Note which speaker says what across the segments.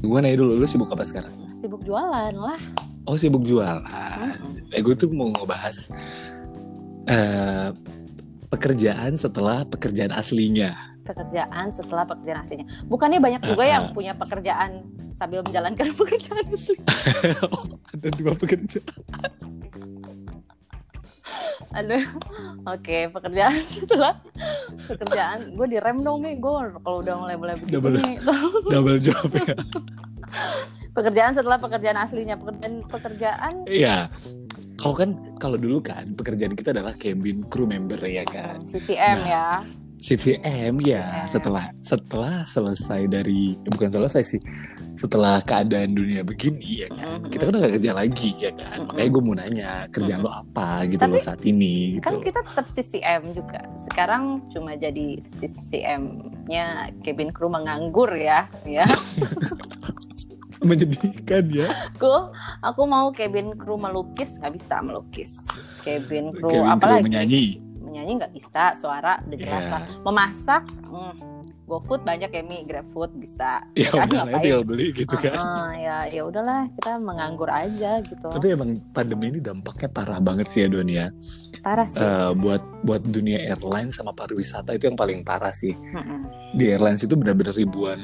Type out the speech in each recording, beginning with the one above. Speaker 1: Gue nanya dulu, lu sibuk apa sekarang?
Speaker 2: Sibuk jualan lah.
Speaker 1: Oh sibuk jualan. Eh, gue tuh mau ngebahas eh, pekerjaan setelah pekerjaan aslinya.
Speaker 2: Pekerjaan setelah pekerjaan aslinya. Bukannya banyak juga
Speaker 1: Ah,
Speaker 2: yang
Speaker 1: ah.
Speaker 2: punya pekerjaan sambil menjalankan pekerjaan asli.
Speaker 1: Ada dua pekerjaan.
Speaker 2: Aduh. Oke, pekerjaan setelah pekerjaan. Gue direm dong, Mi. Gue kalau udah gitu, mulai mulai begitu
Speaker 1: Double.
Speaker 2: nih.
Speaker 1: Double job ya.
Speaker 2: Pekerjaan setelah pekerjaan aslinya. Pekerjaan pekerjaan.
Speaker 1: Iya. Kalau kan kalau dulu kan pekerjaan kita adalah cabin crew member ya kan. Nah.
Speaker 2: CCM ya.
Speaker 1: CTM ya
Speaker 2: CTM.
Speaker 1: setelah setelah selesai dari eh, bukan selesai sih setelah keadaan dunia begini ya kan
Speaker 2: Mhm.
Speaker 1: kita kan udah gak kerja lagi ya kan
Speaker 2: Mhm.
Speaker 1: makanya gue mau nanya kerjaan lo apa gitu lo
Speaker 2: Tapi-
Speaker 1: saat ini gitu
Speaker 2: Kan kita tetap CCM juga. Sekarang cuma jadi CCM-nya cabin crew menganggur ya. Ya.
Speaker 1: menyedihkan ya
Speaker 2: aku aku mau cabin crew melukis nggak bisa melukis cabin crew
Speaker 1: cabin crew
Speaker 2: apalagi
Speaker 1: menyanyi
Speaker 2: menyanyi nggak bisa suara udah jelas
Speaker 1: Iya.
Speaker 2: lah. memasak hmm, GoFood banyak ya Mi GrabFood bisa
Speaker 1: ya
Speaker 2: Kan
Speaker 1: udah lah
Speaker 2: ngapain?
Speaker 1: tinggal beli gitu kan
Speaker 2: Ah, ya ya udahlah kita menganggur aja gitu
Speaker 1: tapi emang pandemi ini dampaknya parah banget sih ya Don ya
Speaker 2: parah sih
Speaker 1: Eh, buat buat dunia airline sama pariwisata itu yang paling parah sih
Speaker 2: Mm-mm.
Speaker 1: di airlines itu benar-benar ribuan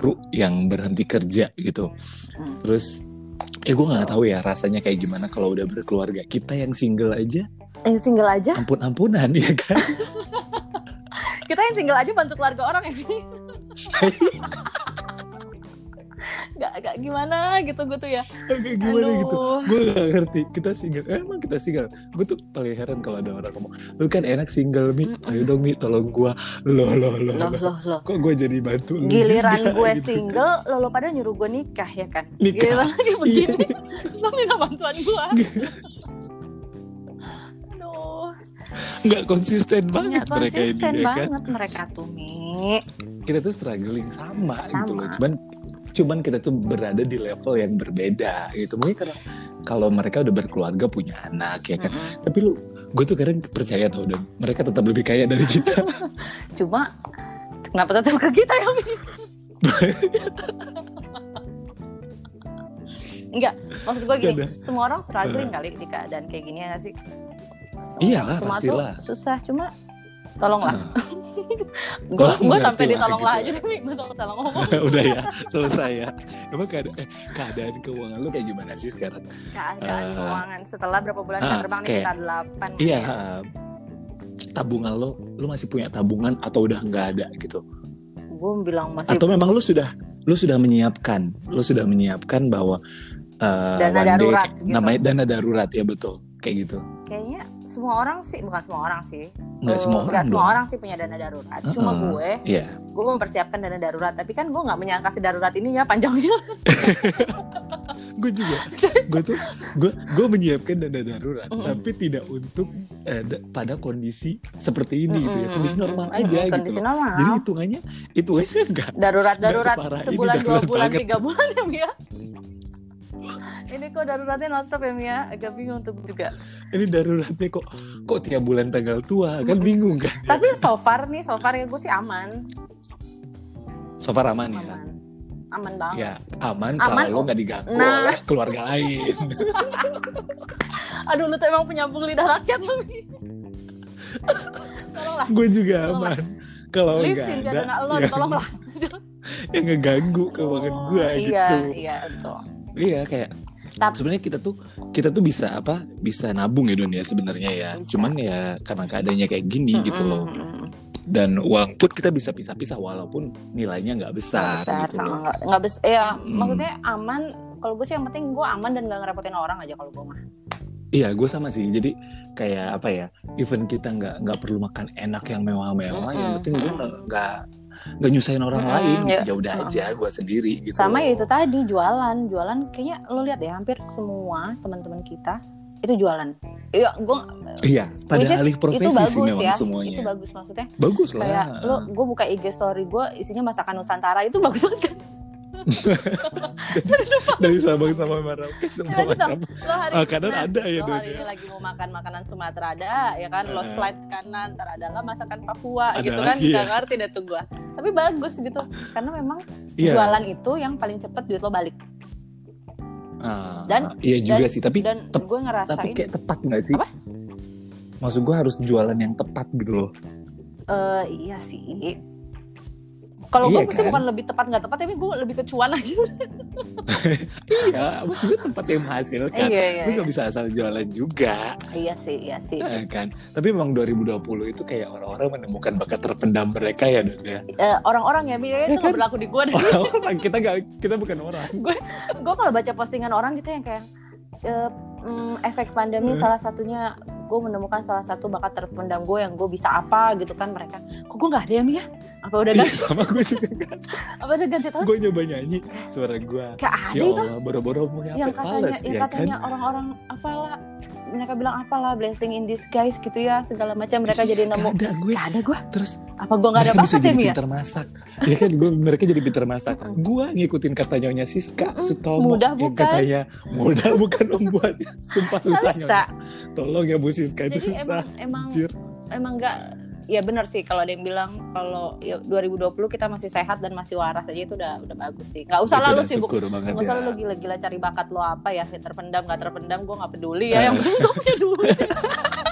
Speaker 1: kru yang berhenti kerja gitu.
Speaker 2: Hmm.
Speaker 1: Terus eh gue nggak tahu ya rasanya kayak gimana kalau udah berkeluarga. Kita yang single aja
Speaker 2: yang single aja
Speaker 1: ampun-ampunan ya kan.
Speaker 2: kita yang single aja bantu keluarga orang ya Mi. nggak nggak gimana gitu gue tuh ya
Speaker 1: Kayak gimana
Speaker 2: Aduh.
Speaker 1: gitu. Gue gak ngerti. Kita single. Emang kita single. Gue tuh paling heran kalau ada orang ngomong, "Lu kan enak single, Mi. Ayo dong, Mi, tolong gua." Loh, loh, loh. loh.
Speaker 2: loh loh loh
Speaker 1: Kok gue jadi bantu lu
Speaker 2: giliran
Speaker 1: juga?
Speaker 2: gue
Speaker 1: Gitu.
Speaker 2: single lo lo pada nyuruh gue nikah ya kan
Speaker 1: Nikah.
Speaker 2: giliran lagi begini lo minta bantuan gue aduh
Speaker 1: Nggak konsisten banget
Speaker 2: nggak
Speaker 1: mereka ini
Speaker 2: konsisten
Speaker 1: ya kan.
Speaker 2: banget mereka tuh mi
Speaker 1: kita tuh struggling sama,
Speaker 2: Sama.
Speaker 1: gitu loh. Cuman cuman kita tuh berada di level yang berbeda gitu. Mungkin karena kalau mereka udah berkeluarga punya anak ya kan.
Speaker 2: Mm-mm.
Speaker 1: Tapi lu gue tuh kadang percaya tau dan mereka tetap lebih kaya dari kita.
Speaker 2: cuma kenapa tetap ke kita ya mi Enggak, maksud gue gini,
Speaker 1: Nggak
Speaker 2: semua orang struggling kali di keadaan kayak gini ya nggak sih? Semua-
Speaker 1: Eh. Iyalah,
Speaker 2: semua
Speaker 1: pastilah.
Speaker 2: tuh susah, cuma tolonglah. gue
Speaker 1: Tolong
Speaker 2: gue
Speaker 1: mengerti
Speaker 2: sampai
Speaker 1: lah,
Speaker 2: ditolong lah
Speaker 1: gitu.
Speaker 2: aja deh, Mi. gue tolong tolong ngomong
Speaker 1: udah ya, selesai ya. Emang keada- eh, keadaan keuangan lu kayak gimana sih sekarang?
Speaker 2: keadaan
Speaker 1: Eh,
Speaker 2: keuangan setelah berapa bulan
Speaker 1: ah,
Speaker 2: kita terbang nih
Speaker 1: kayak-
Speaker 2: kita delapan
Speaker 1: Iya, eh, tabungan lo, lu masih punya tabungan atau udah nggak ada gitu?
Speaker 2: gue bilang masih
Speaker 1: Atau memang lu sudah lu sudah menyiapkan, lu sudah menyiapkan bahwa eh,
Speaker 2: Dana
Speaker 1: one day-
Speaker 2: darurat gitu.
Speaker 1: namanya dana darurat ya betul, kayak gitu.
Speaker 2: kayaknya semua orang sih bukan semua orang sih
Speaker 1: nggak
Speaker 2: Eh,
Speaker 1: semua
Speaker 2: nggak
Speaker 1: orang
Speaker 2: semua
Speaker 1: dong.
Speaker 2: orang sih punya dana darurat cuma
Speaker 1: Uh-uh.
Speaker 2: gue
Speaker 1: Iya.
Speaker 2: gue mempersiapkan dana darurat tapi kan gue nggak menyangka si darurat ini ya panjangnya
Speaker 1: Gue juga. Gue tuh gue gue menyiapkan dana darurat
Speaker 2: Mm-mm.
Speaker 1: tapi tidak untuk eh, da- pada kondisi seperti ini gitu ya. Kondisi normal
Speaker 2: Mm-mm,
Speaker 1: aja
Speaker 2: kondisi
Speaker 1: gitu. loh.
Speaker 2: normal
Speaker 1: Jadi hitungannya hitungannya enggak
Speaker 2: darurat darurat
Speaker 1: Nggak separah ini
Speaker 2: sebulan dua
Speaker 1: darurat
Speaker 2: bulan
Speaker 1: banget.
Speaker 2: tiga bulan ya Mia ini kok daruratnya nonstop ya Mia agak bingung tuh juga
Speaker 1: ini daruratnya kok kok tiap bulan tanggal tua kan bingung kan. ya.
Speaker 2: tapi so far nih so far ya gue sih aman
Speaker 1: So far aman ya.
Speaker 2: aman aman banget
Speaker 1: Ya, aman,
Speaker 2: Aman.
Speaker 1: kalau nggak diganggu
Speaker 2: Nah.
Speaker 1: oleh keluarga lain.
Speaker 2: Aduh lu tuh emang penyambung lidah rakyat lu. Mi. Tolonglah.
Speaker 1: gue juga
Speaker 2: Tolonglah.
Speaker 1: aman. Kalau
Speaker 2: Live
Speaker 1: Oh, nggak ada
Speaker 2: sin
Speaker 1: Iya,
Speaker 2: jangan lo
Speaker 1: yang,
Speaker 2: tolonglah.
Speaker 1: yang ngeganggu keuangan gue
Speaker 2: iya,
Speaker 1: gitu.
Speaker 2: Iya, betul.
Speaker 1: Iya kayak
Speaker 2: Tapi-
Speaker 1: sebenarnya kita tuh kita tuh bisa apa bisa nabung ya dunia sebenarnya ya
Speaker 2: Bisa.
Speaker 1: cuman ya karena keadaannya kayak gini gitu loh
Speaker 2: Mm, mm, mm.
Speaker 1: dan walaupun kita bisa pisah-pisah walaupun nilainya nggak besar,
Speaker 2: Besar,
Speaker 1: gitu loh
Speaker 2: nggak nggak bes ya
Speaker 1: Mm.
Speaker 2: maksudnya aman kalau gue sih yang penting gue aman dan gak ngerepotin orang aja kalau gue mah
Speaker 1: iya gue sama sih jadi kayak apa ya even kita nggak nggak perlu makan enak yang mewah-mewah yang
Speaker 2: Mm-mm.
Speaker 1: penting gue nggak nggak nggak nyusahin orang
Speaker 2: Mm-mm,
Speaker 1: lain gitu.
Speaker 2: ya.
Speaker 1: ya udah aja gue sendiri gitu
Speaker 2: sama
Speaker 1: loh.
Speaker 2: ya itu tadi jualan jualan kayaknya lo lihat ya hampir semua teman-teman kita itu jualan iya gue
Speaker 1: iya pada
Speaker 2: which is
Speaker 1: alih
Speaker 2: itu
Speaker 1: profesi sih
Speaker 2: bagus
Speaker 1: memang
Speaker 2: ya
Speaker 1: semuanya
Speaker 2: itu bagus maksudnya
Speaker 1: bagus lah
Speaker 2: kayak lo gue buka IG story gue isinya masakan nusantara itu bagus banget kan?
Speaker 1: dari Sabang sampai Merauke semua
Speaker 2: Lanjut dong.
Speaker 1: macam
Speaker 2: lo hari
Speaker 1: makanan
Speaker 2: Nah,
Speaker 1: ada ya
Speaker 2: lo
Speaker 1: Don
Speaker 2: hari
Speaker 1: ya.
Speaker 2: ini lagi mau makan makanan Sumatera ada ya kan lo
Speaker 1: Eh.
Speaker 2: slide ke kanan ntar adalah masakan Papua
Speaker 1: Ada
Speaker 2: gitu kan
Speaker 1: lagi ya.
Speaker 2: nggak ngerti deh tuh gua tapi bagus gitu karena memang
Speaker 1: Iya.
Speaker 2: jualan itu yang paling cepet duit lo balik
Speaker 1: Ah,
Speaker 2: Dan-
Speaker 1: iya juga
Speaker 2: dan-
Speaker 1: sih, tapi
Speaker 2: dan
Speaker 1: tep-
Speaker 2: gue
Speaker 1: tapi
Speaker 2: ngerasain
Speaker 1: kayak tepat nggak sih?
Speaker 2: Apa?
Speaker 1: Maksud gue harus jualan yang tepat gitu loh.
Speaker 2: eh, iya sih kalau
Speaker 1: Iya
Speaker 2: gue mesti
Speaker 1: kan?
Speaker 2: bukan lebih tepat nggak tepat tapi gue lebih ke cuan aja
Speaker 1: Iya, maksud gue tempat yang menghasilkan.
Speaker 2: iya iya
Speaker 1: Lu nggak bisa asal jualan juga,
Speaker 2: iya sih iya sih
Speaker 1: eh, kan? Tapi memang 2020 itu kayak orang-orang menemukan bakat terpendam mereka ya, Dut, ya.
Speaker 2: Eh, orang-orang ya
Speaker 1: Ya
Speaker 2: biasanya itu nggak
Speaker 1: kan?
Speaker 2: berlaku di gue
Speaker 1: Orang-orang kita nggak, kita bukan orang.
Speaker 2: gue kalau baca postingan orang gitu yang kayak eh, mm, efek pandemi
Speaker 1: Hmm.
Speaker 2: salah satunya gue menemukan salah satu bakat terpendam gue yang gue bisa apa gitu kan mereka kok gue nggak ada ya Mia apa udah
Speaker 1: Iya,
Speaker 2: ganti
Speaker 1: sama gue juga.
Speaker 2: apa udah ganti tahun
Speaker 1: Gue nyoba nyanyi, suara gue.
Speaker 2: gak ada
Speaker 1: Ya
Speaker 2: itu
Speaker 1: Allah, boro-boro mau nyampe
Speaker 2: yang katanya
Speaker 1: fales,
Speaker 2: yang
Speaker 1: ya
Speaker 2: katanya
Speaker 1: kan?
Speaker 2: orang-orang apalah mereka bilang apalah blessing in disguise gitu ya segala macam mereka jadi
Speaker 1: Nggak
Speaker 2: nemu
Speaker 1: ada gue.
Speaker 2: gak ada gue
Speaker 1: Terus
Speaker 2: apa gue gak
Speaker 1: mereka
Speaker 2: ada
Speaker 1: Iya kan? bisa
Speaker 2: bakat ya
Speaker 1: jadi
Speaker 2: Mia
Speaker 1: pintar masak ya kan gua, mereka jadi pintar masak
Speaker 2: Mm-mm.
Speaker 1: gue ngikutin katanya Nyonya Siska
Speaker 2: Mm-mm.
Speaker 1: Sutomo
Speaker 2: Mudah
Speaker 1: yang
Speaker 2: bukan?
Speaker 1: katanya mudah bukan membuat sumpah susah Nyonya
Speaker 2: bisa
Speaker 1: tolong ya Bu Siska itu
Speaker 2: jadi
Speaker 1: susah
Speaker 2: emang emang
Speaker 1: anjir
Speaker 2: emang gak ya benar sih kalau ada yang bilang kalau ya, 2020 kita masih sehat dan masih waras aja itu udah udah bagus sih nggak usah
Speaker 1: Itu
Speaker 2: lah lu
Speaker 1: udah
Speaker 2: sibuk
Speaker 1: syukur banget
Speaker 2: nggak usah
Speaker 1: ya.
Speaker 2: lu
Speaker 1: Iya.
Speaker 2: gila-gila cari bakat lo apa ya terpendam gak terpendam gue nggak peduli ya yang penting lu punya duit